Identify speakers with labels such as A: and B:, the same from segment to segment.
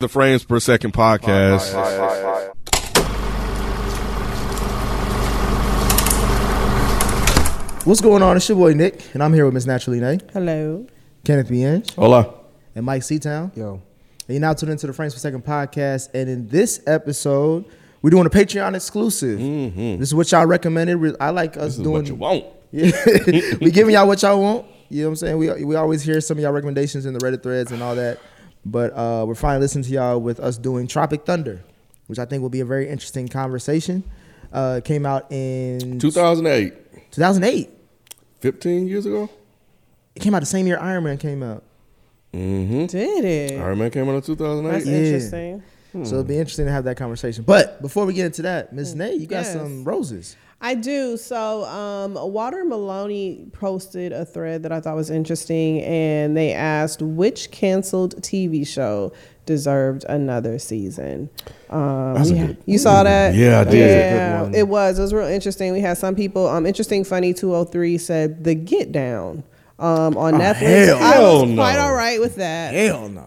A: The Frames Per Second podcast.
B: What's going on? It's your boy Nick, and I'm here with Miss Naturally Nay,
C: Hello.
B: Kenneth Bienge,
A: Hola.
B: and Mike Seatown. And
D: Yo,
B: you're now tuned into the Frames Per Second podcast. And in this episode, we're doing a Patreon exclusive. This is what y'all recommended. Re- I like
A: Mm-hmm. This
B: us
A: is
B: doing.
A: what you want.
B: Yeah. we giving y'all what y'all want. You know what I'm saying? We we always hear some of y'all recommendations in the Reddit threads and all that. But uh, we're finally listening to y'all with us doing Tropic Thunder, which I think will be a very interesting conversation. Uh, it came out in
A: 2008,
B: 2008.
A: 15 years ago.
B: It came out the same year Iron Man came out.
A: Mm-hmm.
C: Did it?
A: Iron Man came out in 2008.
C: That's
B: Yeah.
C: interesting.
A: Hmm.
B: So it'll be interesting to have that conversation. But before we get into that, Ms. Nay, you got
C: Hmm. Yes.
B: some roses.
C: I do. So, um, Water Maloney posted a thread that I thought was interesting, and they asked which canceled TV show deserved another season. Um,
A: That's a
C: we had-
A: good-
C: you saw that?
A: Yeah, I did.
C: Yeah, it was. It was real interesting. We had some people. Um, interesting, funny. Two hundred three said the Get Down. Um, on Netflix,
A: Oh, hell
C: I was
A: no.
C: quite all right with that.
B: Hell no.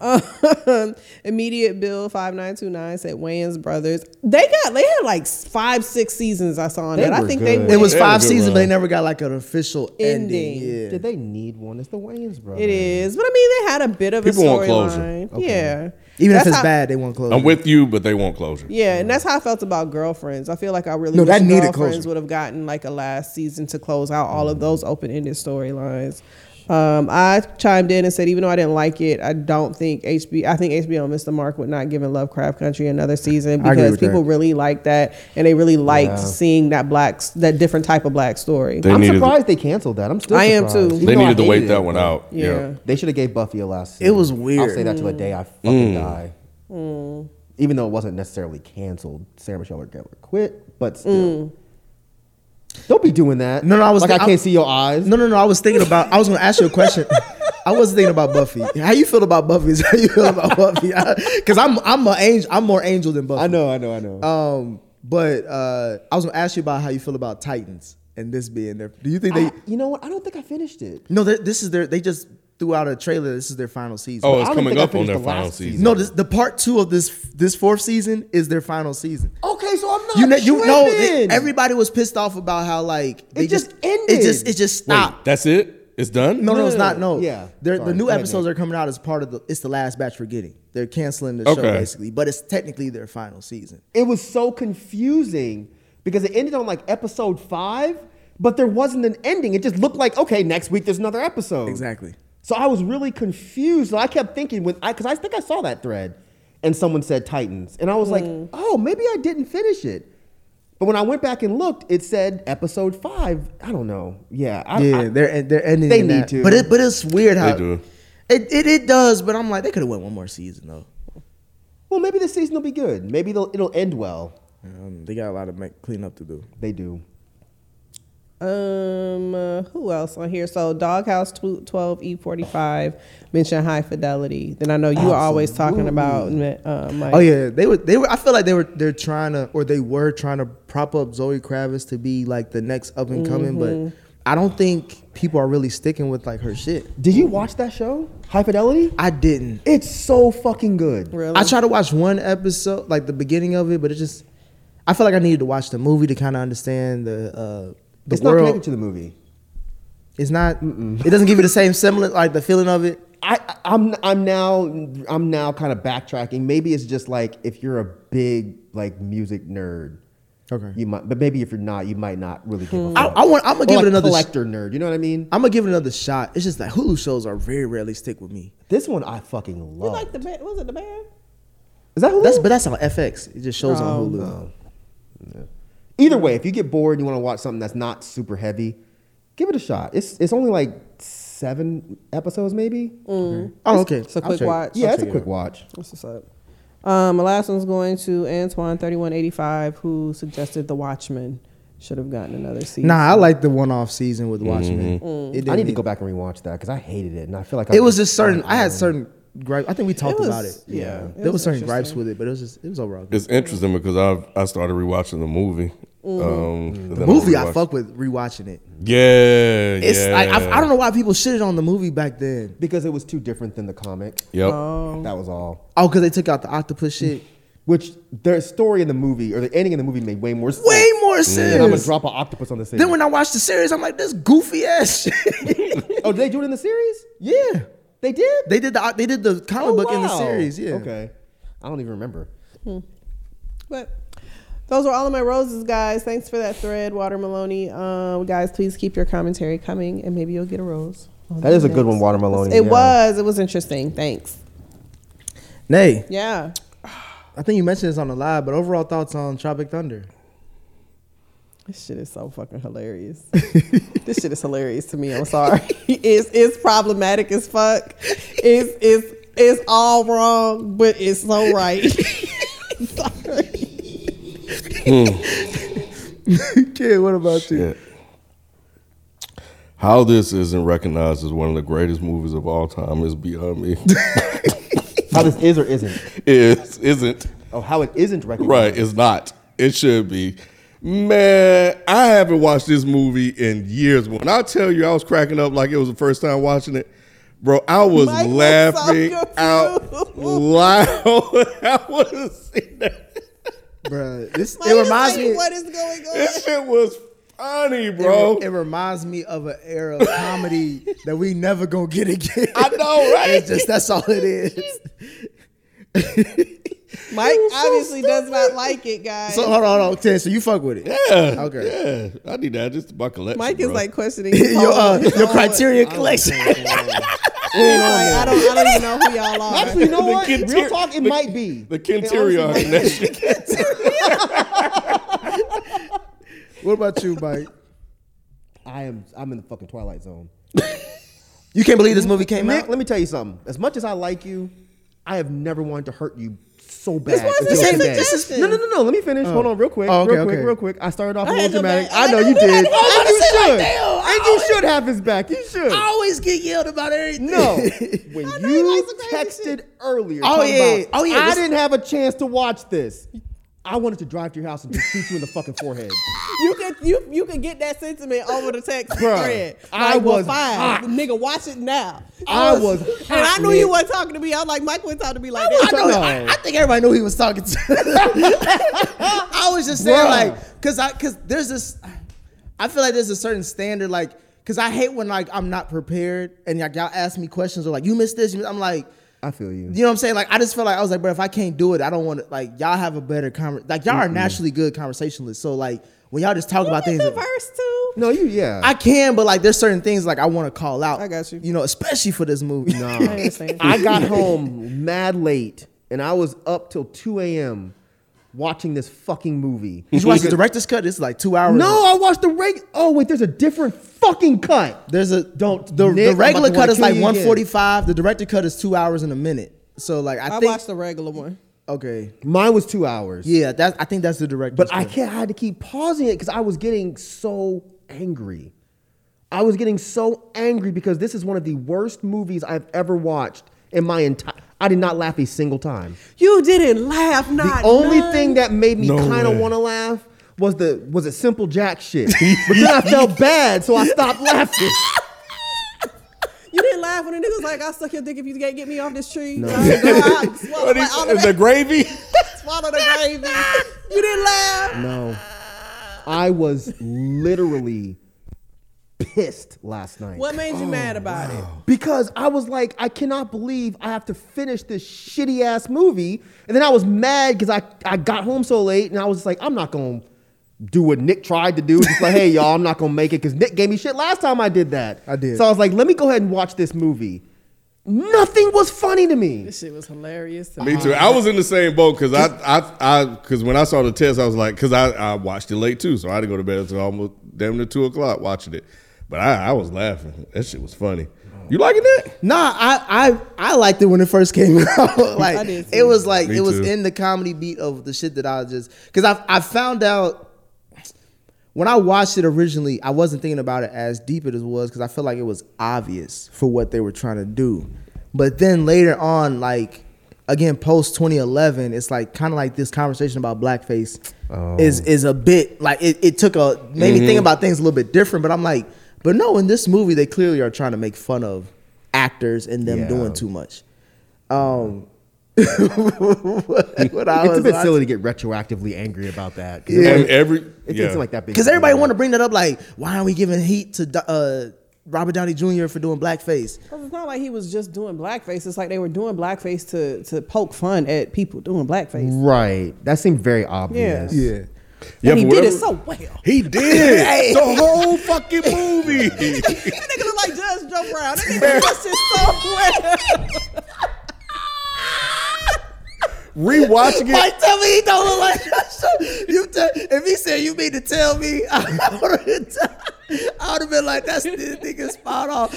C: Um, immediate bill five nine two nine said Wayans Brothers. They got they had like five six seasons I saw on
D: They
C: it. I
D: were
C: think
D: good.
C: they
D: It
C: went
B: it was
A: Yeah,
B: five
A: good
B: seasons,
A: run.
B: but they never got like an official ending.
C: Ending.
B: Yeah.
D: did they need one? It's the Wayans brothers.
C: It is, but I mean they had a bit of a
A: People want closure.
C: storyline. Yeah,
B: Even
C: That's
B: if it's
C: how-
B: bad, they won't close.
A: I'm
B: it.
A: with you, but they want closure.
C: Yeah, and that's how I felt about girlfriends. I feel like I really
B: No,
C: wish
B: that needed
C: girlfriends
B: closure. Mm-hmm.
C: would have gotten like a last season to close out all of those open ended storylines. Um, I chimed in and said, even though I didn't like it, I don't think HBO. I think HBO missed the mark with not giving Lovecraft Country another season
B: I agree
C: because
B: with that.
C: people really liked that and they really liked
D: Yeah.
C: seeing that black, that different type of black story.
A: They
D: I'm
A: needed,
D: surprised they canceled that. I'm still.
C: I am
D: surprised.
C: too.
D: Even
A: they
D: though I
A: needed to wait
D: hated it,
A: that one
D: but
A: out.
C: yeah.
D: They should have gave Buffy a last.
B: It was
D: I'll
B: weird.
D: say that till the day I
A: Mm.
D: fucking die. Even though it wasn't necessarily canceled, Sarah Michelle Gellar quit, but still. Don't be doing that.
B: No, no, I was
D: like, I
B: thi-
D: can't
B: I-
D: see your eyes.
B: No, no, no. I was thinking about. I was going to ask you a question. I was thinking about Buffy. How you feel about Buffy? Is how you feel about Buffy? Because I'm I'm a angel. I'm more angel than Buffy.
D: I know, I know, I know.
B: Um, but uh, I was going to ask you about how you feel about Titans and this being there. Do you think they?
D: I- you know what? I don't think I finished it.
B: no, they- this is their. They just threw out a trailer. This is their final season.
A: Oh,
D: I
A: it's
D: don't
A: coming
D: think I
A: up on
D: finished
A: their
D: the
A: final
D: last
A: season.
D: season.
B: No, this, the part two of this this fourth season is their final season.
D: Okay, so I'm not.
B: You know, you know,
D: tripping.
B: th- everybody was pissed off about how like they
D: It just
B: It
D: ended.
B: just it just
A: Wait,
B: stopped.
A: that's it? It's done?
B: no, no, it's not. No,
D: Yeah,
B: They're- the
D: sorry.
B: new
D: Go ahead,
B: episodes are coming out as part of the. It's the last batch we're getting. They're canceling the show
A: Okay.
B: basically, but it's technically their final season.
D: it was so confusing because it ended on like episode five, but there wasn't an ending. It just looked like okay, next week there's another episode.
B: Exactly.
D: So I was really confused. And I kept thinking when I because I think I saw that thread, and someone said Titans, and I was like, oh, maybe I didn't finish it. But when I went back and looked, it said episode five. I don't know. Yeah, I,
B: yeah,
D: I-
B: they're they're ending.
D: They
B: in
D: need
B: that.
D: to.
B: but it but it's weird how
A: do.
B: It, it it does. But I'm like they could have went one more season though.
D: well, maybe this season will be good. Maybe they'll, it'll end well.
B: Um, they got a lot of make, cleanup to do.
D: They do.
C: Um, uh, who else on here? So Doghouse tw- 12 E45 mentioned High Fidelity. Then I know you were always talking about uh, Mike.
B: Oh yeah, they were they were. I feel like they were they're trying to or they were trying to prop up Zoe Kravitz to be like the next up and coming,
D: Mm-hmm.
B: but I don't think people are really sticking with like her shit.
D: Did you watch that show, High Fidelity?
B: I didn't.
D: It's so fucking good.
C: Really?
B: I tried to watch one episode, like the beginning of it, but it just I felt like I needed to watch the movie to kind of understand the uh the
D: it's not
B: world.
D: connected to the movie.
B: it's not. It doesn't give you the same semblance, like the feeling of it.
D: I, I- I'm I'm now I'm now kind of backtracking. Maybe it's just like if you're a big like music nerd,
B: Okay.
D: you might. But maybe if you're not, you might not really give a
B: Hmm. I,
D: fuck.
B: I want. I'm gonna
D: Or
B: give
D: like
B: it another. sh-
D: collector nerd. You know what I mean?
B: I'm gonna give it another shot. It's just like Hulu shows are very rarely stick with me.
D: This one I fucking
C: You
D: love.
C: like the band? Was it the band?
D: Is that who?
B: That's but that's on FX. It just shows
D: Oh,
B: on Hulu.
D: Either way, if you get bored and you want to watch something that's not super heavy, give it a shot. It's it's only like seven episodes maybe.
B: Oh, okay.
C: It's a
B: I'll
C: quick
B: check it.
C: watch.
D: Yeah,
C: I'll
D: it's a
C: check it
D: quick watch.
C: What's this up? Um, my last one's going to Antoine thirty one eighty five, who suggested The Watchmen should have gotten another season.
B: Nah, I like the one-off season with Watchmen. It
D: I
B: didn't
D: need to
B: need-
D: go back and rewatch that because I hated it and I feel like I Mm-hmm.
B: It was just certain. I had certain gripe. I think we talked
C: was-
B: about it.
C: yeah, it
B: there was
C: was
B: certain gripes
C: interesting.
B: with it, but it was just it was overall. Good.
A: It's interesting because I've I started rewatching the movie. Um,
B: Mm-hmm. The movie I fuck with rewatching it.
A: Yeah,
B: It's
A: yeah.
B: like I, I don't know why people shitted on the movie back then.
D: because it was too different than the comic.
A: Yep.
D: That was all.
B: Oh, because they took out the octopus shit.
D: Which their story in the movie or the ending in the movie made way more sense.
B: Way more
D: Than I'm gonna
B: serious.
D: drop an octopus on the scene.
B: Then when I watched the series, I'm like, this goofy ass shit.
D: oh, did they do it in the series?
B: yeah,
D: They did. Oh,
B: they did the they did the comic book in the
D: wow.
B: series. Yeah.
D: Okay. I don't even remember.
C: But those were all of my roses, guys. Thanks for that thread, Water Maloney. Um, guys, please keep your commentary coming, and maybe you'll get a rose. on
D: That
C: the
D: is a good
C: next-
D: one, Water Maloney.
C: It
D: yeah.
C: was. It was interesting. Thanks.
B: Nay,
C: Yeah.
B: I think you mentioned this on the live, but overall thoughts on Tropic Thunder?
C: This shit is so fucking hilarious. this shit is hilarious to me. I'm sorry. it's it's problematic as fuck. It's it's it's all wrong, but it's so right. sorry.
B: Kid, what about you?
A: Shit. How this isn't recognized as one of the greatest movies of all time is beyond me.
D: How this is or isn't?
A: is isn't
D: Oh, how it isn't recognized.
A: right? It's not. It should be. Man, I haven't watched this movie in years. When I tell you, I was cracking up like it was the first time watching it, bro. I was
C: Mike was
A: laughing
C: so
A: out loud.
C: confused.
A: I want to see that.
B: Bruh, this
C: Mike
B: it
C: is
B: reminds
C: like,
B: me.
C: what is going on?
A: This shit was funny,
B: it re-
A: bro.
B: It, reminds me of an era of comedy that we never gonna get again.
A: I know, right?
B: It's just that's all it is.
C: Mike obviously does not like it, guys.
B: So hold on, hold on, Ten. So you fuck with it?
A: yeah,
B: Okay.
A: okay. Yeah, I need that just to my collection.
C: Mike is
A: bro.
C: like questioning
B: your uh,
C: He's
B: your
C: like,
B: criteria collection.
C: I don't, I don't even know who y'all are.
D: Actually, you know
A: The
D: what?
A: Kinter-
D: Real talk, it
A: the-
D: might be.
A: the
D: It honestly
A: Kinterion
D: might be.
A: in that shit.
B: what about you, Mike?
D: I am. I'm in the fucking twilight zone.
B: You can't believe this movie came
D: Nick,
B: out.
D: let me tell you something. As much as I like you, I have never wanted to hurt you so bad.
C: wasn't
D: until
C: a
D: today.
C: suggestion.
D: No, no, no, no. Let me finish. Hold on, real quick,
B: Oh, okay,
D: real quick,
B: okay.
D: real quick. I started off a
C: I
D: little
C: had your
D: dramatic.
C: back.
D: I
C: I
D: know
C: had-
D: you
C: I had
D: did.
C: your back.
D: And you
C: I said,
D: should.
C: like, damn, I
D: And you
C: always-
D: should have his back. You should.
B: always get yelled about everything.
D: No, when
C: I know he
D: you
C: likes some crazy
D: texted earlier,
B: Oh,
D: talking
B: yeah,
D: about,
B: oh, yeah,
D: I
B: this-
D: didn't have a chance to watch this. I wanted to drive to your house and just shoot you in the fucking forehead.
C: You could you you could get that sentiment over the text
D: Bruh,
C: thread.
D: I
C: well,
D: was
C: fine.
D: hot.
C: nigga. Watch it now.
D: I was hot,
C: and I knew
D: Nick.
C: you weren't talking to me. I was like, Mike wasn't talking to me like
B: I
C: that.
B: know. I,
D: No.
B: I think everybody knew he was talking to. I was just saying,
D: Bruh.
B: like, cause I, cause there's this. I feel like there's a certain standard, like, cause I hate when like I'm not prepared and like y'all ask me questions or like you missed this. you missed-" I'm like,
D: I feel
B: you
D: you.
B: know what I'm saying? Like, I just feel like I was like, bro, if I can't do it, I don't want to. Like, y'all have a better conver. Like, y'all are naturally good conversationalists. So like, when y'all just talk about
C: You
B: things,
C: did the verse too.
D: No, you. Yeah.
B: I can, but like, there's certain things like I want to call out.
C: I got you.
B: You know, especially for this movie.
D: Nah.
C: understand.
D: I got home mad late, and I was up till 2 a.m. watching this fucking movie.
B: Did you watch the director's cut? It's like two hours.
D: No, I watched the regular. Oh wait, there's a different fucking cut.
B: There's a
D: Don't-
B: the,
D: Nick,
B: the
D: I'm about
B: regular
D: to
B: cut
D: wanna
B: is
D: kill
B: like
D: you again.
B: 145. The director cut is two hours and a minute. So like I,
C: I
B: think
C: watched the regular one.
B: okay
D: Mine was two hours.
B: yeah that's I think that's the director.
D: But I can't. I had to keep pausing it because I was getting so angry. I was getting so angry because this is one of the worst movies I've ever watched in my entire. I did not laugh a single time.
C: You didn't laugh. Not
D: The only
C: none.
D: thing that made me
A: No
D: kind
A: way.
D: of want to laugh was the was a simple Jack shit. but then I felt bad, so I stopped laughing.
C: you didn't laugh when the nigga was like, "I'll suck your dick if you can't get me off this tree." No. I go out, swallow,
A: What
C: like, "Oh,
A: is,
C: all
A: is
C: of
A: the
C: that,
A: gravy?
C: swallow the gravy. You didn't laugh.
D: No, I was literally pissed last night
C: What made you mad about it?
D: because I was like, I cannot believe I have to finish this shitty ass movie. And then I was mad because I I got home so late, and I was just like, I'm not gonna. Do what Nick tried to do. Just like, hey, y'all, I'm not gonna make it because Nick gave me shit last time I did that.
B: I did.
D: So I was like, let me go ahead and watch this movie. Nothing was funny to me.
C: This shit was hilarious. to
A: Me too. I was in the same boat because I, I, I, because when I saw the test, I was like, because I, I watched it late too, so I had to go to bed until almost damn near two o'clock watching it. But I, I was laughing. That shit was funny. You liking that?
B: Nah, I I I liked it when it first came out. like
C: I did too.
B: it was like
A: Me
B: it was
A: too.
B: in the comedy beat of the shit that I just because I I found out when I watched it originally, I wasn't thinking about it as deep it as was because I felt like it was obvious for what they were trying to do. But then later on, like again, post 2011, it's like kind of like this conversation about blackface
D: Oh.
B: is is a bit like it, it took a made me
D: Mm-hmm.
B: think about things a little bit different. But I'm like, but no, in this movie they clearly are trying to make fun of actors and them
D: Yeah.
B: doing too much. Um, what I
D: it's a
B: was
D: bit
B: watching-
D: silly to get retroactively angry about that. 'cause
B: Yeah.
D: It,
A: And every
D: it
A: yeah.
D: doesn't like that big.
B: Because everybody want
D: to.
B: to bring that up, like, why aren't we giving heat to Do- uh, Robert Downey Jr. for doing blackface?
C: Because it's not like he was just doing blackface. It's like they were doing blackface to to poke fun at people doing blackface.
D: Right. That seemed very obvious.
B: Mm. Yeah.
A: Yeah,
C: and he
A: for
C: did it
A: whatever-
C: so well.
A: He did
B: Hey.
A: the whole fucking movie.
C: that nigga look like Judge Joe Brown. That nigga dressed it so well.
A: Rewatching it,
B: Like, tell me he don't look like you. T- if he said you mean to tell me, I would have been like, that's this nigga spot on.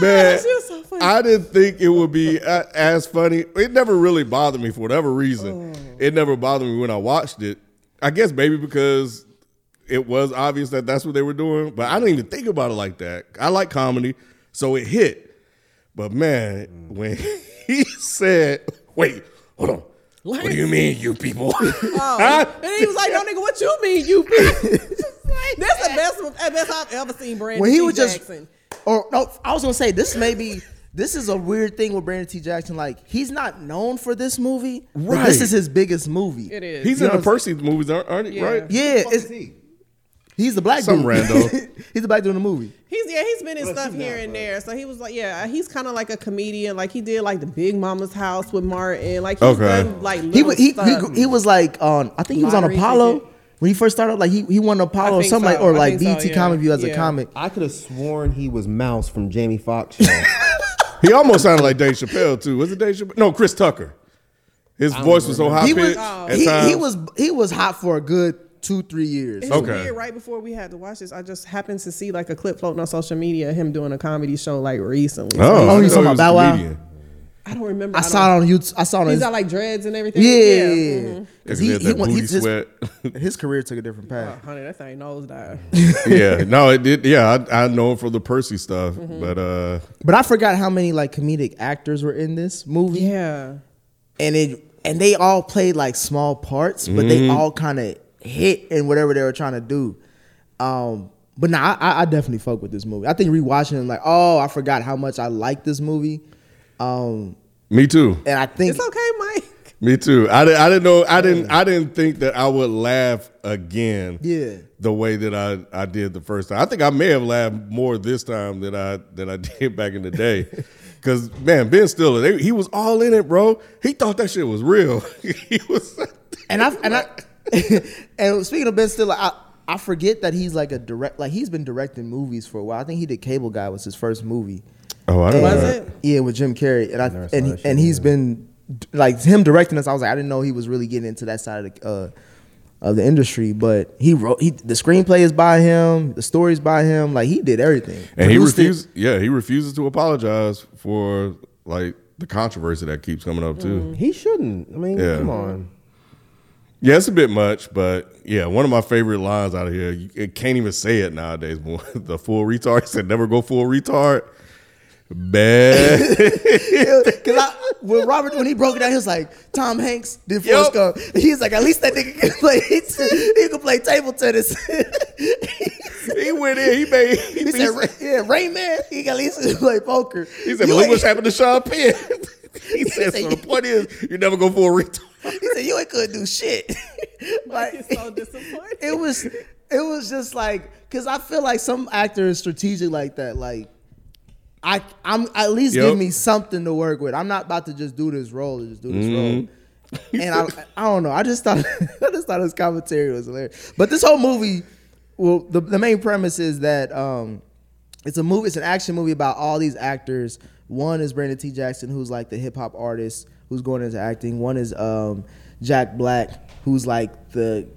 A: man.
C: She was so funny.
A: I didn't think it would be a- as funny. It never really bothered me for whatever reason.
C: Oh.
A: It never bothered me when I watched it. I guess maybe because it was obvious that that's what they were doing, but I didn't even think about it like that. I like comedy, so it hit. But man, when he said, "Wait, hold on." What do you mean, you people? Huh?
C: Oh. And he was like, "No, nigga, what you mean, you bitch?" That's the best, best I've ever seen Brandon
B: when he
C: T.
B: was
C: Jackson.
B: just or no, I was gonna say this may be this is a weird thing with Brandon T. Jackson. Like he's not known for this movie. Right.
A: Right.
B: this is his biggest movie.
C: It is.
A: He's
B: You
A: in
B: know
A: the Percy movies, aren't, aren't he?
C: Yeah.
A: Right?
B: Yeah, it's, he's the black
A: Some
B: dude.
A: rando.
B: he's the black dude in the movie.
C: He's yeah, he's been in stuff here and there. So he was like, yeah, he's kind of like a comedian. Like he did like the Big Mama's House with Martin. Like he's
A: Okay.
C: done like
B: He
C: little
B: was he,
C: stuff.
B: he he was like on I think he was on
C: Lottery
B: Apollo
C: ticket.
B: when he first started. Like he, he won Apollo or
C: think
B: something
C: so.
B: like or
C: I
B: like
C: think so,
B: BT
C: yeah.
B: Comic View as a
C: Yeah.
B: comic.
D: I could have sworn he was Mouse from Jamie Foxx. show.
A: He almost sounded like Dave Chappelle too. Was it Dave Chappelle? No, Chris Tucker. His voice was so high
B: He was oh.
A: pitched. at
B: he, he
A: times.
B: was he was hot for a good two three years.
C: It's
A: Okay.
C: weird. Right before we had to watch this, I just happened to see like a clip floating on social media of him doing a comedy show like recently. So
A: Oh,
B: Oh,
A: I
B: he's
A: didn't know he
B: talking about
A: was
B: Bow
A: a
B: Wow?
A: comedian.
C: I don't remember.
B: I saw it on YouTube. I saw it on
C: He's
B: his-
C: got like dreads and everything.
B: yeah,
C: mhm.
A: Cause
B: because
A: he,
B: he,
A: had
B: he,
A: that
B: went- he
A: booty
B: his,
A: sweat.
B: his career took a different path.
C: Honey, that thing nose dive.
A: yeah, no, it did. Yeah, I, I know him for the Percy stuff,
B: Mm-hmm.
A: but uh,
B: But I forgot how many like comedic actors were in this movie.
C: yeah.
B: And it and they all played like small parts, but they all kind of hit in whatever they were trying to do. Um but nah, I, I definitely fuck with this movie. I think rewatching it, like, oh, I forgot how much I like this movie. Um,
A: me too.
B: and I think
C: It's okay, Mike.
A: Me too. I didn't. I didn't know. I didn't. I didn't think that I would laugh again.
B: Yeah.
A: The way that I, I did the first time. I think I may have laughed more this time than I than I did back in the day. Cause man, Ben Stiller, they, he was all in it, bro. He thought that shit was real. he was.
B: and I and I and speaking of Ben Stiller, I, I forget that he's like a direct like he's been directing movies for a while. I think he did Cable Guy was his first movie.
A: Oh, I don't
B: And-
C: Was it?
B: Yeah, with Jim Carrey, and I
D: never saw
B: and
D: that
B: he,
D: shit,
B: and he's
D: yeah.
B: been like him directing us. I was like, I didn't know he was really getting into that side of the uh, of the industry, but he wrote he the screenplay is by him, the story's by him. Like he did everything,
A: And he
B: Produced it.
A: refuses. Yeah, he refuses to apologize for like the controversy that keeps coming up too.
D: he shouldn't. I mean,
A: Yeah.
D: come on.
A: Yeah, it's a bit much, but yeah, one of my favorite lines out of here. You it can't even say it nowadays. More the full retard He said, "Never go full retard." Bad.
B: Cause I, when Robert when he broke it down, he was like Tom Hanks did Forrest
A: Yup.
B: Gump. He's like at least that nigga can play he can play table tennis. he
A: he went in. He made. He,
B: said,
A: said,
B: yeah, Rain Man, he can at least play poker.
A: he said
B: You
A: "But look
B: ain't-
A: what's happened to Sean Penn." he said,
B: said,
A: "So the point is, you never go full retard."
B: He said, "You ain't couldn't do shit."
C: Mike is
B: Like,
C: so disappointed.
B: it was, it was just like, cause I feel like some actor is strategic like that. Like, I, I'm at least
A: Yup.
B: give me something to work with. I'm not about to just do this role or just do this role.
D: Mm-hmm.
B: And I, I don't know. I just thought, I just thought his commentary was hilarious. But this whole movie, well, the, the main premise is that um, it's a movie. It's an action movie about all these actors. One is Brandon T. Jackson, who's like the hip hop artist who's going into acting. One is um, Jack Black, who's like the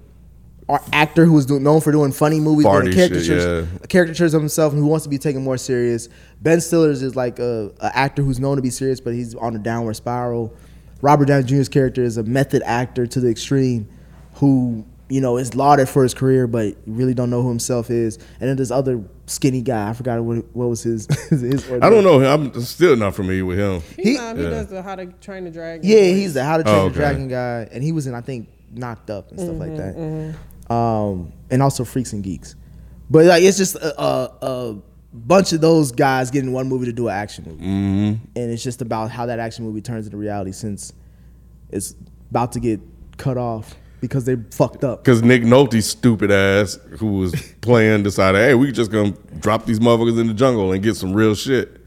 B: ar- actor who was do- known for doing funny movies,
A: Farty
B: doing
A: shit,
B: caricatures,
A: yeah.
B: caricatures of himself, and who wants to be taken more serious. Ben Stiller's is like a, a actor who's known to be serious, but he's on a downward spiral. Robert Downey Jr.'s character is a method actor to the extreme, who you know, is lauded for his career, but really don't know who himself is. And then this other skinny guy, I forgot what what was his his. his
A: I don't know. him. I'm still not familiar with him.
C: He,
B: He-
C: um, he
A: Yeah.
C: does the how to train the dragon.
B: Yeah, he's the How to Train
A: Oh,
B: the
A: okay.
B: Dragon guy, and he was in I think Knocked Up and stuff
C: Mm-hmm,
B: like that, um, and also Freaks and Geeks. But like, it's just a, a, a bunch of those guys getting one movie to do an action movie,
A: Mm-hmm.
B: and it's just about how that action movie turns into reality since it's about to get cut off because they fucked up.
A: Because Nick Nolte's stupid ass, who was playing, decided, hey, we just gonna drop these motherfuckers in the jungle and get some real shit.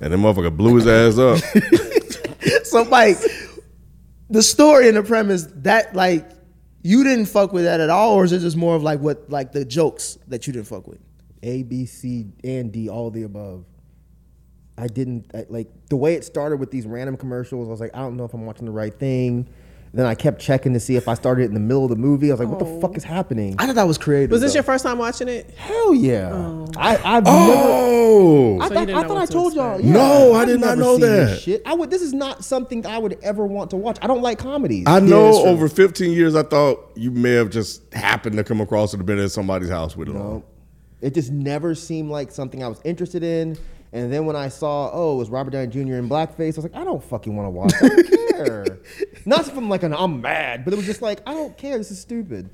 A: And the motherfucker blew his ass up.
B: so like the story and the premise that like you didn't fuck with that at all, or is it just more of like what like the jokes that you didn't fuck with?
D: A, B, C, and D, all the above. I didn't I, like the way it started with these random commercials. I was like, I don't know if I'm watching the right thing. Then I kept checking to see if I started it in the middle of the movie. I was like, what
C: Oh.
D: the fuck is happening?
B: I thought that was creative.
C: Was this
B: though.
C: your first time watching it?
D: Hell yeah! I, I've never.
A: oh,
D: I,
C: So Oh. you
D: thought,
C: didn't
D: I,
C: know
D: thought
C: what
D: I
C: to
D: told y'all.
C: expect.
D: yeah.
A: No, I
D: I've
A: did not
D: never
A: know
D: seen this
A: that.
D: Shit. I would. This is not something I would ever want to watch. I don't like comedies.
A: I
B: Yeah,
A: know
B: that's true.
A: over 15 years, I thought you may have just happened to come across it a bit at somebody's house with it on.
D: know? It just never seemed like something I was interested in. And then when I saw, oh, it was Robert Downey Jr. in blackface, I was like, I don't fucking want to watch. I don't care. Not from like an I'm mad, but it was just like, I don't care. This is stupid.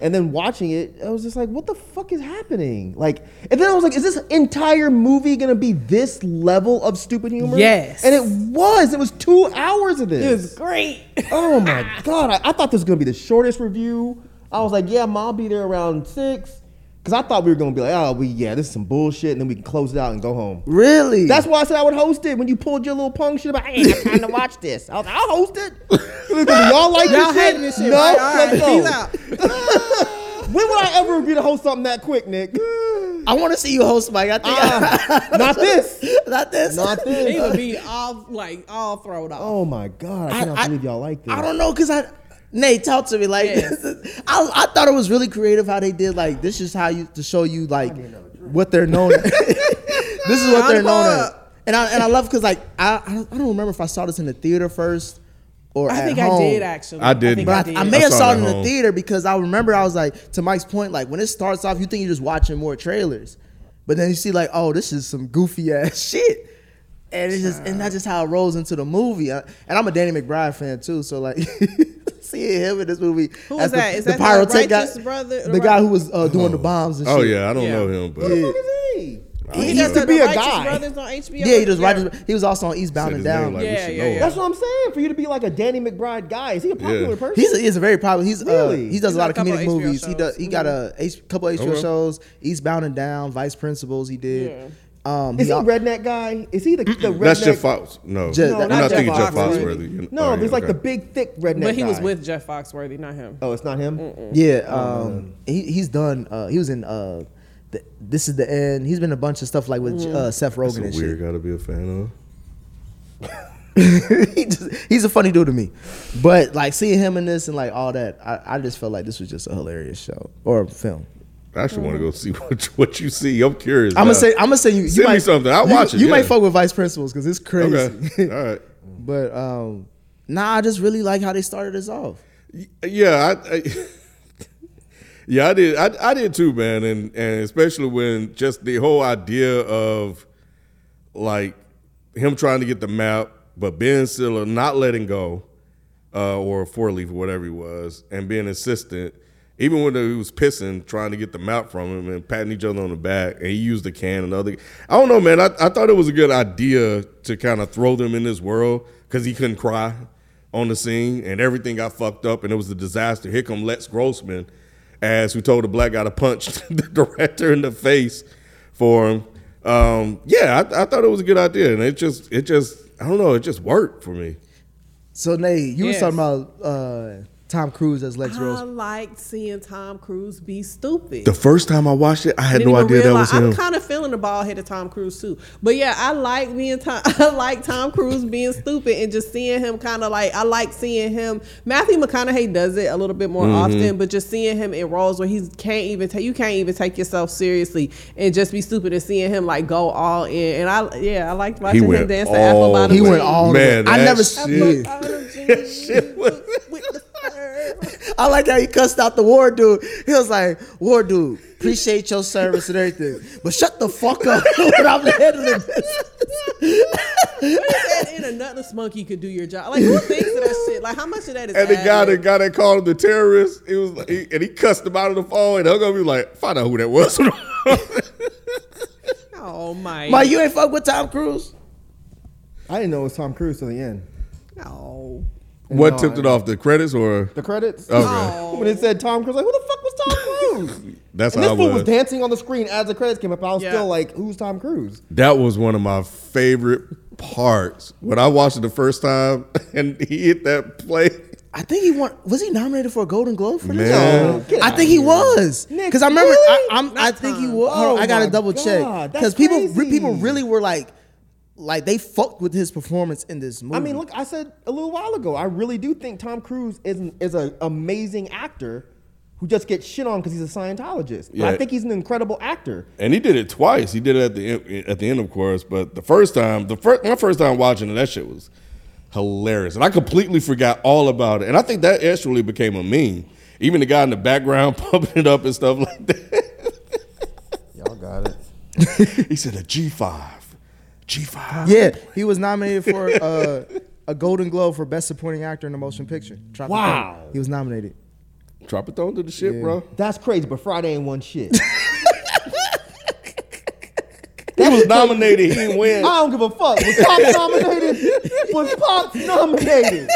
D: And then watching it, I was just like, what the fuck is happening? Like, and then I was like, is this entire movie gonna be this level of stupid humor?
C: Yes.
D: And it was. It was two hours of this.
C: It was great.
D: Oh my god! I, I thought this was gonna be the shortest review. I was like, yeah, I'll be there around six, because I thought we were gonna be like, oh, we yeah, this is some bullshit, and then we can close it out and go home.
B: Really?
D: That's why I said I would host it when you pulled your little punk shit about. I ain't got time to watch this. I was like, I'll host it. Do y'all like
C: Y'all
D: this shit?
C: hating this shit,
D: No,
C: right? All
D: let's
C: right,
D: go.
C: peace out.
D: When would I ever agree to host something that quick, Nick?
B: I want to see you host, Mike. I think
D: Uh, not this.
B: not this.
D: Not
C: He
D: this.
C: would be all like all thrown off.
D: Oh my god! I cannot believe y'all like this.
B: I don't know, cause I Nate talk to me like
C: Yes.
B: this is- I, I thought it was really creative how they did like this is how you to show you like what they're known. as. this is what they're known as. And I and I love because like I I don't, I don't remember if I saw this in the theater first or
C: I
B: at
C: think I
B: home.
C: did actually.
A: I didn't.
C: think
A: But
B: But I, I may
A: I
B: have
A: saw
B: saw
A: it
B: it in
A: at
B: the
A: home.
B: theater because I remember I was like, to Mike's point, like when it starts off, you think you're just watching more trailers, but then you see like, oh, this is some goofy ass shit, and it's just and that's just how it rolls into the movie. I- and I'm a Danny McBride fan too, so like seeing him in this movie,
C: Who
B: as
C: was that? Is that the
B: pyrotech
C: Righteous brother?
B: the guy who was uh, doing the bombs and
A: Oh,
B: shit.
A: yeah, I don't
C: Yeah.
A: know him, but
D: What is he?
B: he, he,
C: He does
D: used to
C: the
D: be a
C: Righteous
D: guy.
C: Brothers on HBO.
B: yeah, he was
C: Yeah.
B: Righteous. He was also on Eastbound
A: said
B: and
A: his
B: Down.
A: name like we
C: Yeah,
A: should
C: yeah,
A: know
C: yeah.
A: him.
D: That's what I'm saying. For you to be like a Danny McBride guy, is he a popular
A: Yeah.
D: person?
B: He's a, he's a very popular. He's
D: Really?
B: uh, he does
C: He's
B: a lot of
C: got a couple
B: comedic
C: of HBO
B: movies. He
C: shows. Mm-hmm.
B: does he got a H, couple of HBO
A: Okay.
B: shows. Eastbound and Down, Vice Principals. He did. Um,
D: Is he
B: al-
D: redneck guy? Is he the, the redneck?
A: That's Jeff Fox. No,
B: Jeff-
A: I'm
B: No,
A: not,
B: not Jeff
A: thinking Jeff
D: Foxworthy.
A: Foxworthy.
D: No,
A: Oh,
D: there's
A: yeah,
D: like the
A: okay.
D: big thick redneck.
C: But he was
D: guy.
C: with Jeff Foxworthy, not him.
D: Oh, it's not him.
B: Yeah.
A: Oh,
B: Um, he, he's done. Uh, he was in. Uh, the, this is the end. He's been in a bunch of stuff like with
C: Mm.
B: uh, Seth
A: That's
B: Rogen
A: a
B: and
A: weird
B: shit.
A: guy to be a fan of.
B: he just, he's a funny dude to me, but like seeing him in this and like all that, I, I just felt like this was just a hilarious show or film.
A: I actually want to go see what, what you see. I'm curious.
B: I'm
A: now.
B: gonna Uh-huh. say I'm gonna say you. you
A: Send me
B: might,
A: something. I'll
B: you-
A: watch it,
B: You might
A: yeah.
B: fuck with Vice Principals because it's crazy.
A: Okay. All right.
B: But um, nah, I just really like how they started us off.
A: Yeah, I, I yeah, I did. I, I did too, man, and and especially when just the whole idea of like him trying to get the map, but Ben Stiller not letting go, uh, or four leaf or whatever he was, and being insistent, even when he was pissing, trying to get the map from him and patting each other on the back, and he used a can and other. I don't know, man. I, I thought it was a good idea to kind of throw them in this world because he couldn't cry on the scene, and everything got fucked up, and it was a disaster. Here come Lex Grossman, as who told the black guy to punch the director in the face for him. Um, yeah, I, I thought it was a good idea, and it just, it just, I don't know, it just worked for me.
B: So Nate, you
C: Yes.
B: were talking about uh, Tom Cruise as Lex
C: I
B: Rose.
C: liked seeing Tom Cruise be stupid.
A: The first time I watched it, I had
C: Didn't
A: no
C: even
A: idea that was
C: realize-
A: him.
C: I'm kind of feeling the bald head of Tom Cruise too. But yeah, I like being Tom. I like Tom Cruise being stupid and just seeing him kind of like I like seeing him. Matthew McConaughey does it a little bit more
A: Mm-hmm.
C: often, but just seeing him in roles where he can't even take you can't even take yourself seriously and just be stupid and seeing him like go all in. And I yeah, I liked watching him dance to Apple
A: all
C: Bottom
A: the
B: He
A: way.
B: went
C: Jeans.
B: all the way.
A: Man,
B: I
A: that
B: never
A: shit-
B: seen.
C: Apple Bottom Jeans
A: shit was-
C: with the fur.
B: I like how he cussed out the war dude. He was like, "War dude, appreciate your service and everything, but shut the fuck up when I'm handling this."
C: And in another monkey could do your job. Like who thinks of that shit? Like how much of that is?
A: And the guy, that
C: ad-lib?
A: guy that called him the terrorist, it was like, he, and he cussed him out on the phone. And hung up. He was like, "Find out who that was."
C: Oh my.
B: Mike, you ain't fuck with Tom Cruise.
D: I didn't know it was Tom Cruise till the end.
C: No.
A: what
D: No,
A: tipped
D: I-
A: it off? The credits or
D: The credits.
A: Okay.
C: Oh.
D: When it said Tom Cruise, like who the fuck was Tom Cruise?
A: That's
D: and
A: how
D: this
A: I
D: fool was.
A: was.
D: dancing on the screen as the credits came up. I was
C: Yeah.
D: still like, who's Tom Cruise?
A: That was one of my favorite parts when I watched it the first time, and he hit that play.
B: I think he won. Was he nominated for a Golden Globe for this?
A: Man.
D: No, get
B: I
D: out
B: think
D: of
B: he
D: here.
B: was
D: Nick,
B: because I remember.
D: really?
B: I, I'm, I
C: Not
B: think he
C: Tom.
B: was. Hold on,
D: Oh
B: I gotta
D: my
B: double check
D: God,
B: because
D: that's
B: people re-
D: crazy.
B: people really were like, like they fucked with his performance in this movie.
D: I mean, look, I said a little while ago, I really do think Tom Cruise is an, is an amazing actor who just gets shit on because he's a Scientologist. But
A: Yeah.
D: I think he's an incredible actor.
A: And he did it twice. He did it at the end, at the end, of course. But the first time, the first my first time watching it, that shit was hilarious, and I completely forgot all about it. And I think that actually became a meme. Even the guy in the background pumping it up and stuff like that.
D: Y'all got it.
A: He said a G five, G five.
B: yeah, he was nominated for uh, a Golden Globe for Best Supporting Actor in a Motion Picture. Tropic
D: Wow.
B: Thunder. he was nominated.
A: Tropitone did the shit, bro.
D: That's crazy, but Friday ain't won shit.
A: He was nominated. He didn't
D: I
A: win.
D: don't give a fuck. Was Pop nominated? Was Pop nominated?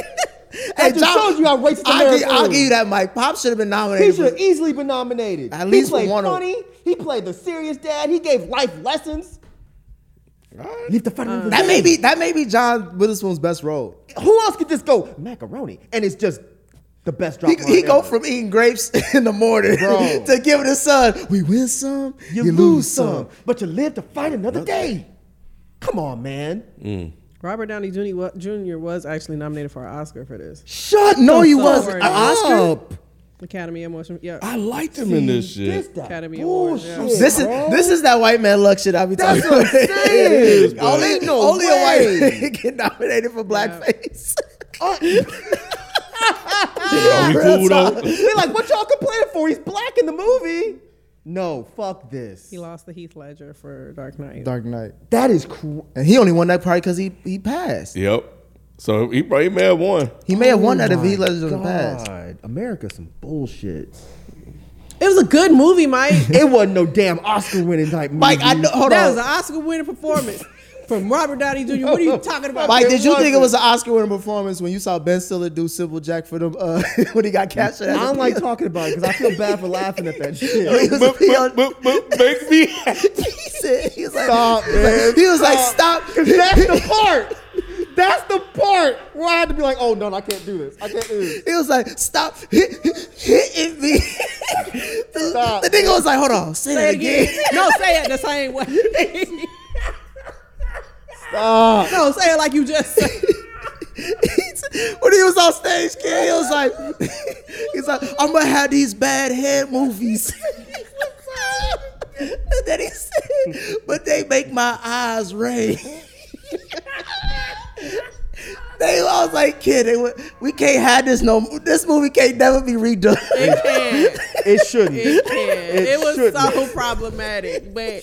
D: I just
B: Tom-
D: showed you how racist
B: I'll give,
D: America
B: I'll
D: is.
B: give you that, Mike. Pop should have been
D: He
B: nominated.
D: should have
B: for-
D: easily been nominated.
B: At least
D: he played
B: one of-
D: funny. He played the serious dad. He gave life lessons. Leave the fighting. for
B: that
D: them.
B: may be that may be John Witherspoon's best role.
D: Who else could this go macaroni? And it's just the best drop.
B: He,
D: line
B: he go
D: ever.
B: from eating grapes in the morning
D: Bro.
B: to giving his son. We win some,
D: you, lose some, but you live to fight another day. Come on, man.
C: Robert Downey Jr. wa- Jr. was actually nominated for an Oscar for this.
B: Shut no,
C: the
B: he
C: fuck
B: wasn't.
C: up.
B: An Oscar.
C: Academy of Motion. Yeah.
A: I liked him in this shit.
D: This that
C: Academy Awards,
D: bullshit.
C: yeah.
B: This is this is that white man luck shit I be talking
D: That's what I'm
B: about.
D: saying.
A: bro.
B: only
D: Ain't no
B: only a white
D: way. Uh,
B: man get nominated for blackface.
A: Are we cool though?
D: They're like, what y'all complaining for? He's black in the movie. No, fuck this.
C: He lost the Heath Ledger for Dark Knight.
B: Dark Knight,
D: That is cr-
B: and he only won that probably because he he passed.
A: Yep. So he probably may have won.
B: He may have won that if
D: oh my
C: Oh
B: he let it doesn't pass.
D: God. America's some bullshit.
C: It was a good movie, Mike.
D: It wasn't no damn Oscar winning type movie.
B: Mike, I know. Hold
C: that was
B: on.
C: an Oscar winning performance from Robert Downey Jr. What are you talking about?
B: Mike,
D: it
B: did you think it was an
D: wasn't.
B: Oscar-winning performance when you saw Ben Stiller do Simple Jack for them uh, when he got captured?
D: I
B: as a
D: don't like
B: PO?
D: talking about it because I feel bad for laughing at that
B: When he
D: shit.
B: was a
A: But,
B: PO.
A: but, but, but make me happy.
B: he said he was like,
D: Stop, man.
B: He was like,
D: Stop.
B: stop.
D: 'Cause that's the part. That's the part where I had to be like, oh no, I can't do this. I can't do this.
B: He was like, stop hit, hit- hitting me. the,
D: Stop.
B: the nigga was like, hold on, say,
C: Say
B: that
C: it
B: again.
C: again. no, say it the same way.
D: Stop.
C: no, say it like you just said.
B: when he was on stage, kid, he was like, he's like, I'm gonna have these bad head movies. and then he said, but they make my eyes rain. They, I was like, kid, they, wa- we can't have this no. This movie can't never be redone.
C: It can.
D: It shouldn't.
C: It can. It,
D: It
C: was so
D: shouldn't.
C: problematic. But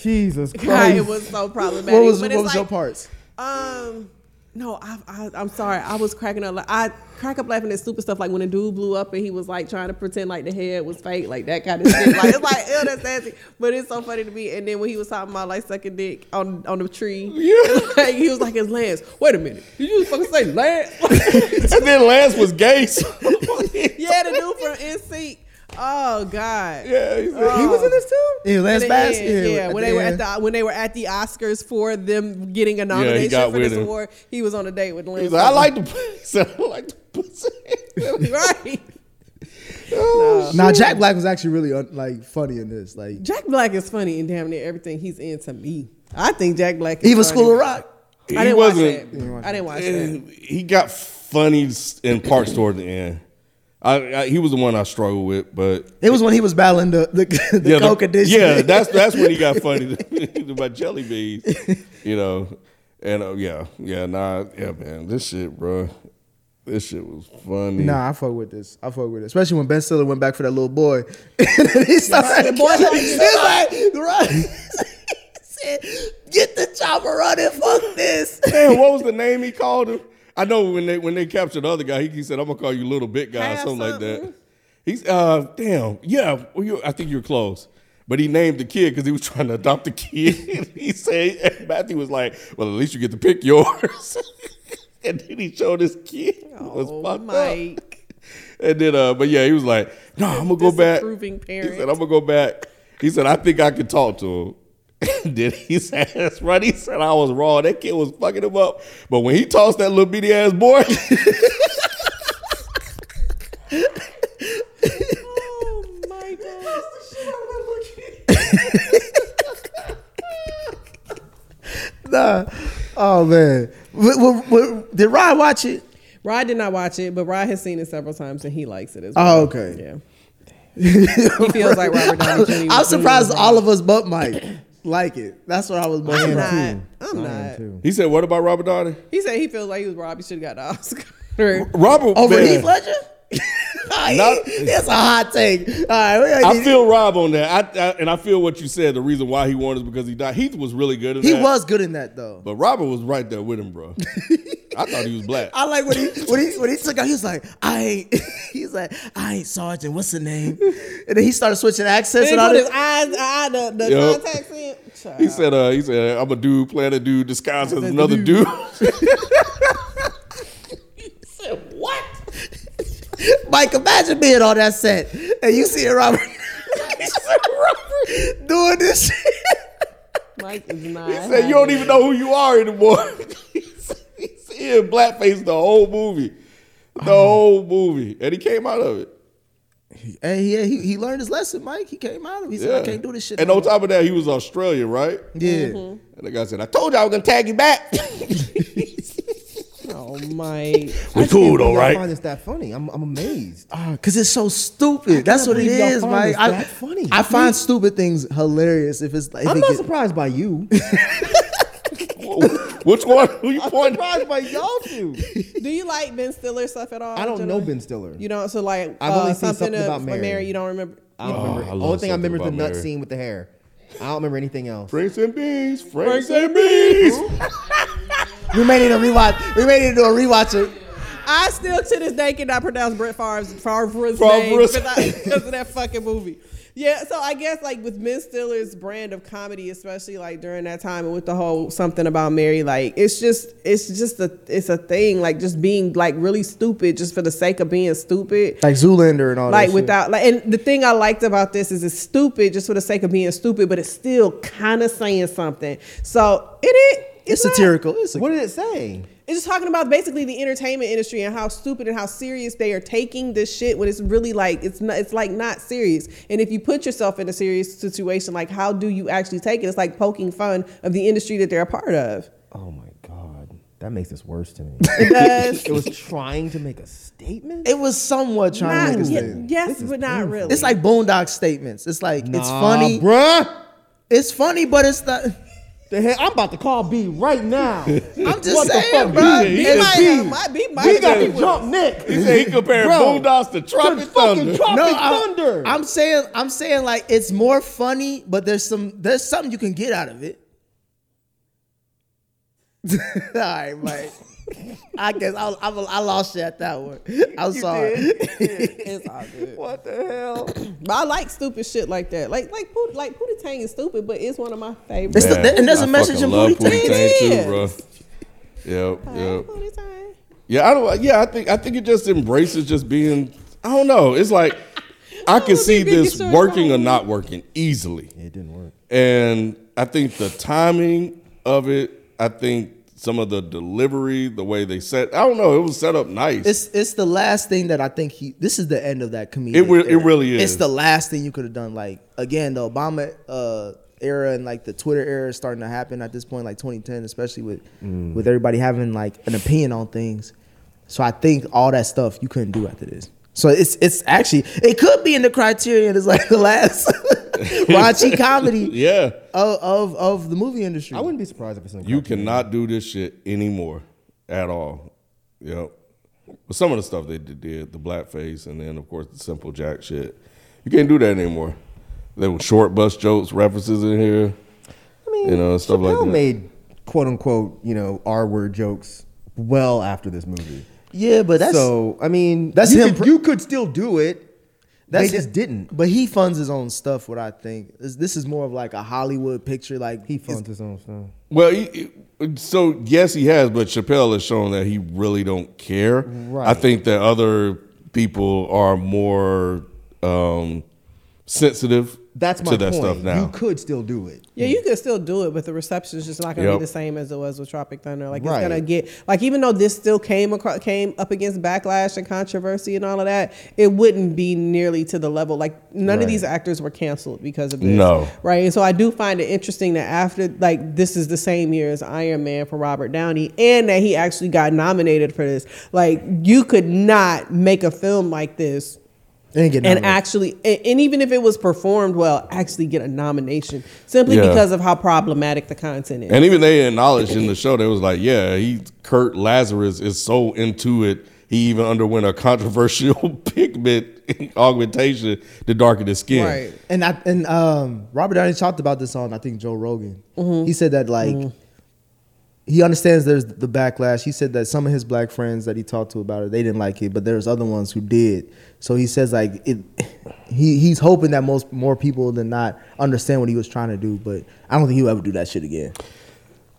D: Jesus
C: God,
D: Christ.
C: it was so problematic.
B: what was, what
C: but it's
B: was your
C: like-
B: parts?
C: Um, no, I, I, I'm sorry. I was cracking up. la- I crack up laughing at stupid stuff like when a dude blew up and he was like trying to pretend like the head was fake, like that kind of shit. Like it's like ew, that's nasty, but it's so funny to me. And then when he was talking about like sucking dick on on the tree,
A: Yeah.
C: like, he was like his lance. Wait a minute, did you fucking say lance?
A: And then Lance was gay. so-
C: yeah, the dude from NSYNC. Oh God.
A: yeah, he said-
B: He was in this too. Yeah, Lance
C: At the
B: Bass.
C: end, yeah,
B: at
C: when
B: the
C: they were
B: end.
C: at the when they were at the Oscars for them getting a nomination
A: got
C: for
A: with
C: this
A: him.
C: award, he was on a date with Lance.
A: he was like, I like the pussy. He said, I like the pussy.
C: right.
A: Oh,
B: Now Jack Black was actually really un- like funny in this. Like
C: Jack Black is funny in damn near everything he's in to me. I think Jack Black is
B: even
C: funny.
B: School of Rock.
A: He
C: I didn't
A: wasn't-
C: watch that. I didn't watch that.
A: And he got funny in parts toward the end. I, I, he was the one I struggled with, but
B: It was when he was battling the the, the
A: yeah, the-
B: coke addiction.
A: yeah, that's that's when he got funny about jelly beans, you know, and uh, yeah, yeah, nah, yeah, man, this shit, bro. This shit was funny.
B: Nah, I fuck with this. I fuck with it, especially when Ben Stiller went back for that little boy. he started,
D: boy like,
B: he's like, right. He said, Get the chopper running. Fuck this.
A: Damn, what was the name he called him? I know when they when they captured the other guy, he, he said, "I'm gonna call you little bit guy" or
C: Have
A: something, like that.
C: something.
A: He's uh, damn, yeah. well, you- I think you're close. But he named the kid because he was trying to adopt the kid. he said and Matthew was like, "Well, at least you get to pick yours." and then he showed his kid. It was
C: Oh,
A: fucked up.
C: Mike.
A: And then, uh, but yeah, he was like, "No, I'm gonna go back."
C: Disapproving
A: He
C: parent.
A: said, "I'm gonna go back." He said, "I think I can talk to him." And then he said, "That's right." He said, "I was wrong. That kid was fucking him up." But when he tossed that little bitty ass boy,
C: Oh my
B: Nah. Oh man. What- what- what- did Rod watch it?
C: Rod did not watch it, but Rod has seen it several times and he likes it as well.
B: Oh, okay.
C: Yeah. he feels like Robert Downey Jr.
B: I'm surprised
C: was
B: all of us but Mike like it. That's what I was blown
C: I'm
B: away.
C: not.
B: by.
C: I'm not.
A: he said, "What about Robert Downey?"
C: He said he feels like he was robbed. He should have got the Oscar.
A: Robert
B: Over
A: man,
B: Heath Ledger? Not,
A: Not-
B: that's a hot take. All right, we
A: I feel Rob on that, I, I, and I feel what you said. The reason why he won is because he died. Heath was really good. In
B: he
A: that,
B: was good in that though.
A: but Robert was right there with him, bro. I thought he was black.
B: I like when he when he when he took out. He was like, I ain't. He's like, I ain't Sergeant. What's the name? And then he started switching accents
C: Then
B: and
C: he
B: all
C: put his
B: this.
C: eyes, eye, the, the
A: Yup.
C: contacts in. Child.
A: He said, uh, he said, I'm a dude playing a dude disguised as another dude.
B: Mike, imagine being on that set and you see Robert, Robert doing this shit.
C: Mike is not.
A: He said, You don't even know who you are anymore. He's in blackface the whole movie. The
B: Oh.
A: whole movie. And he came out of it.
B: Hey, yeah, he, he learned his lesson, Mike. He came out of. it. He said,
A: Yeah.
B: I can't do this shit.
A: And
B: no
A: on
B: more."
A: top of that, he was Australian, right?
B: Yeah.
D: Mm-hmm.
A: And the guy said, I told you I was gonna tag you back.
C: Oh, Mike.
A: we
D: Cool,
A: cool
D: though,
A: though,
D: right? I find
A: right?
D: this that funny. I'm, I'm amazed.
B: Ah, Cause it's so stupid. That's what it
D: believe y'all
B: is,
D: find
B: Mike.
D: this
B: I,
D: that funny.
B: I find stupid things hilarious if it's like. if
D: I'm
B: it
D: not
B: get-
D: surprised by you.
A: Which one? Who you
D: I'm
A: pointing at?
D: surprised by y'all two.
C: Do you like Ben Stiller stuff at all?
D: I don't know
C: generally?
D: Ben Stiller.
C: You don't. So like,
D: I've
C: uh,
D: only seen
C: something,
D: something about
C: about
D: Mary.
C: Mary. You don't remember.
D: I don't remember.
A: Ah, I
D: it.
A: love
D: Only thing I
A: something
D: remember is the
A: about
D: nut
A: Mary.
D: scene with the hair. I don't remember anything else.
A: Franks and beans, Franks and beans.
B: We may need to rewatch. We may need to do a rewatch. Of,
C: I still to this day cannot pronounce Brett Favre's Favre's name
A: Favre's.
C: because I- because of that fucking movie. Yeah, so I guess like with Ben Stiller's brand of comedy, especially like during that time, and with the whole something about Mary, like it's just it's just a it's a thing like just being like really stupid just for the sake of being stupid.
B: like Zoolander and all Oh, that.
C: like
B: shit.
C: without like and the thing I liked about this is it's stupid just for the sake of being stupid, but it's still kind of saying something. So it it
B: It's
C: not-
B: satirical. It's a,
D: What did it say?
C: it's just talking about basically the entertainment industry and how stupid and how serious they are taking this shit when it's really like it's not it's like not serious. And if you put yourself in a serious situation, like how do you actually take it? It's like poking fun of the industry that they're a part of.
D: Oh my god, that makes this worse to me.
C: It does
D: it was trying to make a statement.
B: it was somewhat trying to
C: not,
B: make a
C: ye-
B: statement.
C: yes, but not really.
B: It's like Boondock statements. It's like it's
D: Nah,
B: funny.
D: bruh.
B: It's funny, but it's not.
D: The hell, I'm about to call B right now.
B: I'm just
D: What the
B: saying,
D: fuck,
B: bro.
A: he
B: It's
A: just-
B: like-
C: might, uh, might be might
D: we got
C: be
D: to
C: with
D: jump Nick.
A: He said he compared
D: Bro,
A: Boondocks to Tropic
D: to fucking
A: Thunder.
D: Tropic
B: no,
D: Thunder.
B: I, am saying, I'm saying, like it's more funny, but there's some, there's something you can get out of it. all right, Mike. I guess I, I, I lost you at that one. I'm sorry.
C: It's all good.
D: what the hell?
C: But I like stupid shit like that. Like like Pootie, like Pootie Tang is stupid, but it's one of my favorites.
B: It's the- and there's a
A: a
B: message in Booty Tang.
C: It
A: Yep, yep.
C: Pootie Tang.
A: Yeah, I don't. Yeah, I think I think it just embraces just being. I don't know. It's like I can
C: Oh,
A: see
C: big, big
A: this
C: short
A: working or
C: round.
A: not working easily,
D: It didn't work.
A: and I think the timing of it. I think some of the delivery, the way they set. I don't know. It was set up nice.
B: It's it's the last thing that I think he. This is the end of that comedian.
A: It re- it
B: era.
A: really is.
B: It's the last thing you could have done. Like again, the Obama uh, era and like the Twitter era is starting to happen at this point, like 2010, especially with
A: Mm.
B: with everybody having like an opinion on things. So I think all that stuff you couldn't do after this. So it's it's actually it could be in the criterion. It's like the last raunchy comedy
A: yeah,
B: of, of of the movie industry.
D: I wouldn't be surprised if it's in.
A: you cannot do this shit anymore at all. Yep. But some of the stuff they did, did, the blackface, and then of course the simple jack shit. You can't do that anymore. There were short bus jokes, references in here.
D: I mean,
A: You know, stuff like
D: Chappelle
A: that.
D: made quote unquote, you know, R word jokes well after this movie.
B: Yeah, but that's
D: so I mean,
B: that's
D: you
B: him
D: Could,
B: pr-
D: you could still do it.
B: that's
D: they just didn't.
B: But he funds his own stuff. What I think is this is more of like a Hollywood picture. Like
D: He
B: it's-
D: funds his own stuff.
A: Well, he, so yes, he has, but Chappelle has shown that he really don't care.
D: Right.
A: I think that other people are more um, sensitive
D: That's my
A: to that
D: point.
A: stuff now.
D: You could still do it.
C: Yeah, you can still do it, but the reception is just not going to
A: Yep.
C: be the same as it was with Tropic Thunder. Like
D: Right.
C: it's going to get like even though this still came across, came up against backlash and controversy and all of that, it wouldn't be nearly to the level. Like none
D: Right.
C: of these actors were canceled because of this.
A: No.
C: right? And so I do find it interesting that after like this is the same year as Iron Man for Robert Downey, and that he actually got nominated for this. Like you could not make a film like this
B: and get
C: and
B: nominated.
C: actually and, and even if it was performed well actually get a nomination simply
A: Yeah.
C: because of how problematic the content is
A: And even they acknowledged in the show, they was like, yeah, he Kurt Lazarus is so into it. He even underwent a controversial pigment augmentation to darken his skin.
C: right
B: And I and um, Robert Downey talked about this on I think Joe Rogan. He said that like he understands there's the backlash. He said that some of his black friends that he talked to about it they didn't like it, but there's other ones who did. So he says like it. He he's hoping that most more people than not understand what he was trying to do, but I don't think he'll ever do that shit again.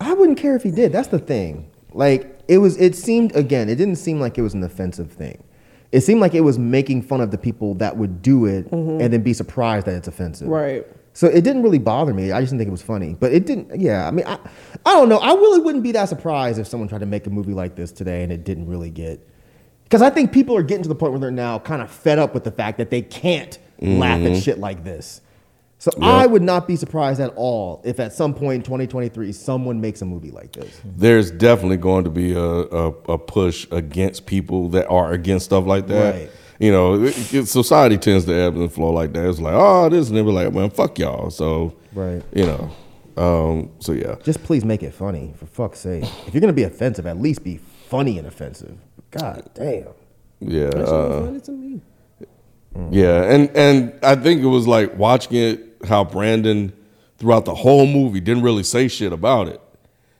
D: I wouldn't care if he did. That's the thing. Like it was. It seemed again. It didn't seem like it was an offensive thing. It seemed like it was making fun of the people that would do it and then be surprised that it's offensive.
C: Right.
D: So it didn't really bother me. I just didn't think it was funny. But it didn't. Yeah. I mean, I, I don't know. I really wouldn't be that surprised if someone tried to make a movie like this today and it didn't really get. Because I think people are getting to the point where they're now kind of fed up with the fact that they can't laugh at shit like this. So I would not be surprised at all if at some point in 2023 someone makes a movie like this.
A: There's definitely going to be a, a, a push against people that are against stuff like that.
D: Right.
A: You know, it- it- society tends to ebb and flow like that. It's like, oh, this, and they be like, well, fuck y'all. So,
D: Right.
A: you know, um, so yeah.
D: Just please make it funny, for fuck's sake. If you're gonna be offensive, at least be funny and offensive. God damn.
A: Yeah.
C: That shit
A: uh,
C: was funny to me.
A: Yeah, and and I think it was like watching it how Brandon throughout the whole movie didn't really say shit about it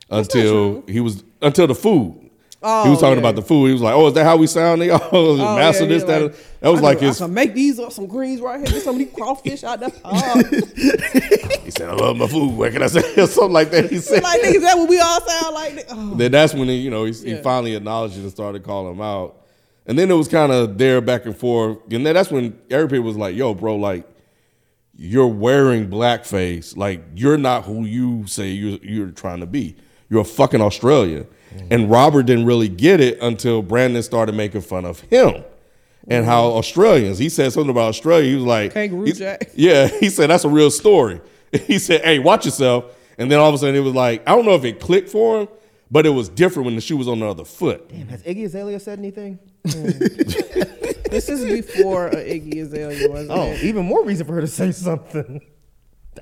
A: until he was until the food. he was
C: Oh,
A: talking
C: yeah.
A: about the food. He was like, "Oh, is that how we sound? They all
C: Oh,
A: master
C: yeah,
A: this,
C: yeah,
A: that." that was
C: I
A: like
C: know,
A: his.
C: I can make these up some greens right here. Get some of these crawfish out Oh, the pond.
A: He said, "I love my food. What can I say?" Or something like that. He said.
C: like niggas, that what we all sound like. Oh.
A: then that's when he, you know, he, he
C: Yeah.
A: finally acknowledged it and started calling him out. And then it was kind of there back and forth. And then that's when everybody was like, "Yo, bro, like you're wearing blackface. Like you're not who you say you're, you're trying to be. You're a fucking Australian."
C: Mm-hmm.
A: And Robert didn't really get it until Brandon started making fun of him and how Australians. He said something about Australia. He was like,
C: Mm-hmm. Kangaroo
A: he's-
C: Jack.
A: yeah, he said that's a real story. He said, "Hey, watch yourself." And then all of a sudden, it was like I don't know if it clicked for him, but it was different when the shoe was on the other foot.
D: Damn, has Iggy Azalea said anything?
C: This is before uh, Iggy Azalea was.
D: Oh,
C: Oh.
D: even more reason for her to say something.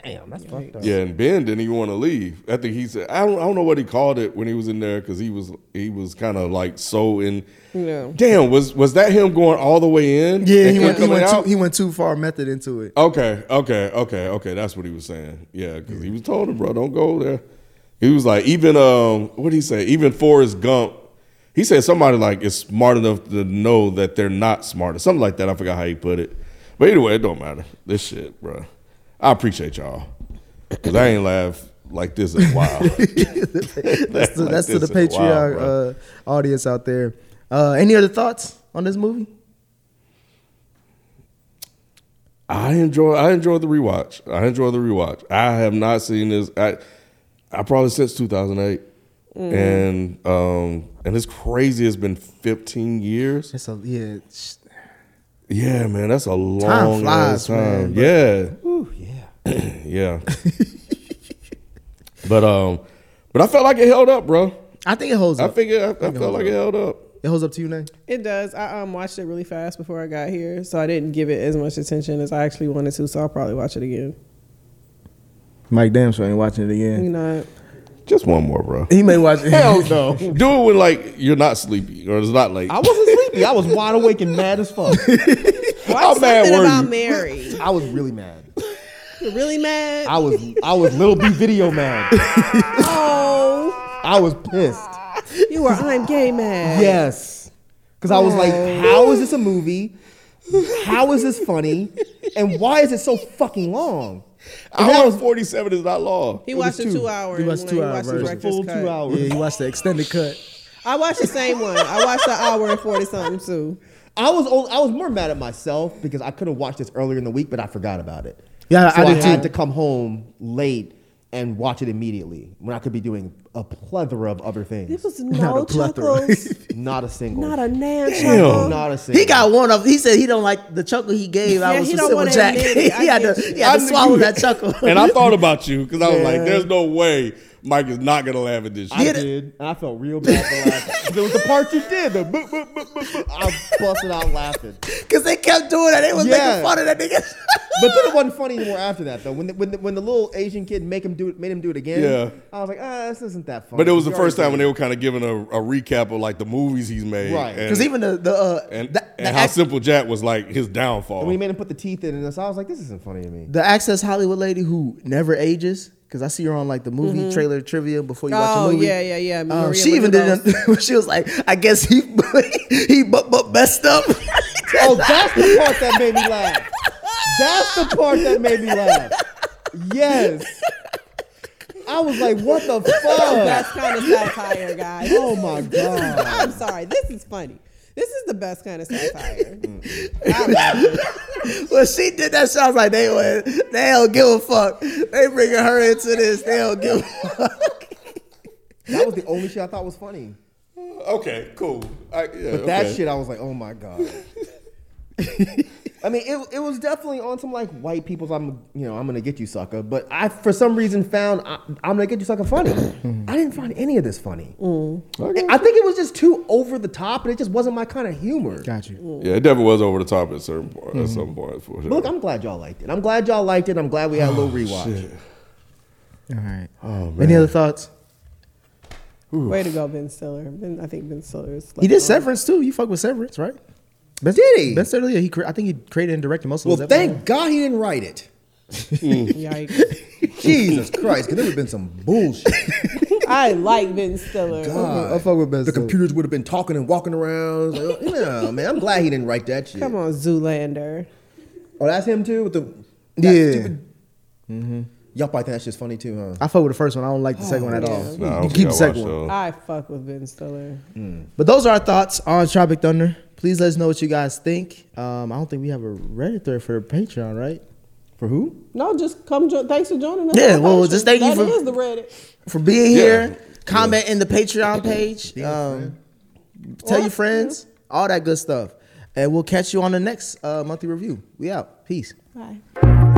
D: Damn, that's fucked up.
A: Yeah, and Ben didn't even want to leave. I think he said I don't, I don't know what he called it when he was in there because he was he was kind of like so in.
C: Yeah.
A: Damn, was was that him going all the way in?
B: Yeah,
A: and kept
B: he went, he
A: coming
B: went too
A: out?
B: he went too far method into it.
A: Okay, okay, okay, okay. That's what he was saying. Yeah, because he was told him, bro, don't go there. He was like, even um, what did he say? Even Forrest Gump, he said somebody like is smart enough to know that they're not smart or something like that. I forgot how he put it. But anyway, it don't matter. This shit, bro. I appreciate y'all because I ain't laugh like this in a while.
B: That's, to,
A: Like
B: that's to the
A: this in a while,
B: Patreon
A: bro.
B: uh, audience out there. Uh, any other thoughts on this movie?
A: I enjoy. I enjoy the rewatch. I enjoy the rewatch. I have not seen this. I, I probably since two thousand eight, and um, and it's crazy. It's been fifteen years.
B: It's a yeah. sh-
A: Yeah, man, that's a long
B: flies,
A: ass time.
B: man,
D: Ooh, yeah.
A: yeah, yeah. but um, but I felt like it held up, bro.
B: I think it holds
A: I
B: up.
A: think it, I, I felt like it held up.
B: it holds up to you, Nate.
C: It does. I um, watched it really fast before I got here, so I didn't give it as much attention as I actually wanted to. So I'll probably watch it again.
B: Mike Damshaw ain't watching it
C: You
B: again.
C: know,
A: Just one more, bro.
B: He may watch.
D: Hell no.
A: Do it when like you're not sleepy or it's not late.
D: I wasn't sleepy. I was wide awake and mad as fuck.
A: How mad
C: Something
A: were
C: about
A: you?
C: Mary.
D: I was really mad.
C: You're really mad.
D: I was I was little B video mad.
C: oh,
D: I was pissed.
C: you were I'm gay mad.
D: Yes. Because I was like, how is this a movie? How is this funny? And why is it so fucking long? And that
A: Hour
D: was
A: forty seven is not long.
C: He
D: was
C: watched a
D: two.
C: two hour.
B: He watched two hour version.
D: full two hours.
B: Yeah, he watched the extended cut.
C: I watched the same one. I watched the hour and forty something too.
D: I was old, I was more mad at myself because I could have watched this earlier in the week, but I forgot about it.
B: Yeah,
D: so
B: I
D: I,
B: did
D: had
B: too.
D: to come home late and watch it immediately when I could be doing a plethora of other
C: This
D: things.
C: was no
B: a plethora.
C: chuckles,
D: Not a single.
C: not a nan chuckle.
D: not a single.
B: He got one of. He said he don't like the chuckle he gave. I
C: Yeah,
B: was
C: he
B: with
C: don't
B: Silver
C: wanna
B: Jack.
C: admit it. I
B: he had to,
C: get
B: he had to
A: knew
B: swallow
A: you-
B: that chuckle.
A: And I thought about you because I was like,
D: Yeah.
A: "There's no way Mike is not gonna laugh at this."
D: I
A: Shit.
B: it.
D: did. And I felt real bad for laughing. there was the part you did. The boop, boop, boop, boop, boop. I busted out laughing.
B: because they kept doing that. They was
D: Yeah.
B: making fun of that nigga.
D: But then it wasn't funny anymore after that though. When the, when the, when the little Asian kid make him do it, made him do it again.
A: Yeah.
D: I was like, ah, this isn't that funny.
A: But it was
D: We
A: the first time
D: already
A: when they were kind of giving a, a recap of like the movies he's made,
D: Right.
A: and-
B: Because even the the uh,
A: and,
B: the, the,
A: and how
B: ac-
A: Simple Jack was like his
D: did it. we
A: downfall.
D: made him put the teeth in, and this, I was like, this isn't funny to me.
B: the access Hollywood lady who never ages. Because I see her on like the movie trailer trivia before you watch
C: Mm-hmm. Oh,
B: the movie.
C: yeah, yeah, yeah.
B: Um,
C: Maria
B: she even did. it- She was like, I guess he he but but messed up.
D: Oh, that's the part that made me laugh. That's the part that made me laugh. Yes. I was like, what the
C: That's
D: fuck?
C: kind of satire, guys.
D: Oh my
C: This is-
D: god.
C: I'm sorry. This is funny. This is the best kind of satire. I love it.
B: Well, she did that. So I was like, they don't- they don't give a fuck. They bringing her into this. They don't give. a fuck.
D: That was the only shit I thought was funny.
A: Okay, cool. I, yeah,
D: But that
A: okay.
D: shit, I was like, oh my god. I mean, it, it was definitely on some like white people's. I'm you know I'm gonna get you sucker, but I for some reason found I, I'm gonna get you sucker funny. I didn't find any of this funny. I think it was just too over the top, and it just wasn't my kind of humor.
B: Got you.
A: Yeah, it definitely was over the top at certain point. At some point, for sure.
D: But Mm-hmm. look, I'm glad y'all liked it. I'm glad y'all liked it. I'm glad we had a
A: Oh,
D: little rewatch.
A: Mm.
B: All right.
D: Oh,
B: Any other thoughts?
C: Way to go, Ben Stiller. Ben, I think Ben Stiller is.
B: He
C: like,
A: Uh,
B: did
C: oh,
B: Severance too. You fuck with Severance, right? Ben,
D: Did he?
B: Ben Stiller, yeah, he cre- I think he created and directed most of
D: Well,
B: those. episodes.
D: thank God he didn't write it.
C: Yikes.
D: Jesus Christ, because there would have been some bullshit.
C: I like Ben Stiller.
D: God.
B: I fuck with Ben
D: The
B: Stiller.
D: computers would have been talking and walking around. Like, oh, no, man, I'm glad he didn't write that shit.
C: Come on, Zoolander.
D: Oh, that's him too with the that
B: Yeah.
D: Stupid, Y'all probably think that shit's funny too, huh?
B: I fuck with the first one. I don't like the second one at all.
A: Oh, Nah, I
B: you
A: don't
B: keep
A: think
B: the
A: I
B: second
A: watched
B: one.
A: those.
C: I fuck with Ben Stiller.
B: But those are our thoughts on Tropic Thunder. Please let us know what you guys think. Um, I don't think we have a Reddit thread for Patreon, right?
D: For who?
C: No, just come. Jo- thanks for joining us.
B: Yeah, well, just thank you
C: That
B: for-
C: is the Reddit.
B: For being
A: Yeah.
B: here, comment in the Patreon page. Um, tell your
C: Well,
B: friends, all that good stuff. And we'll catch you on the next uh, monthly review. We out. Peace.
C: Bye.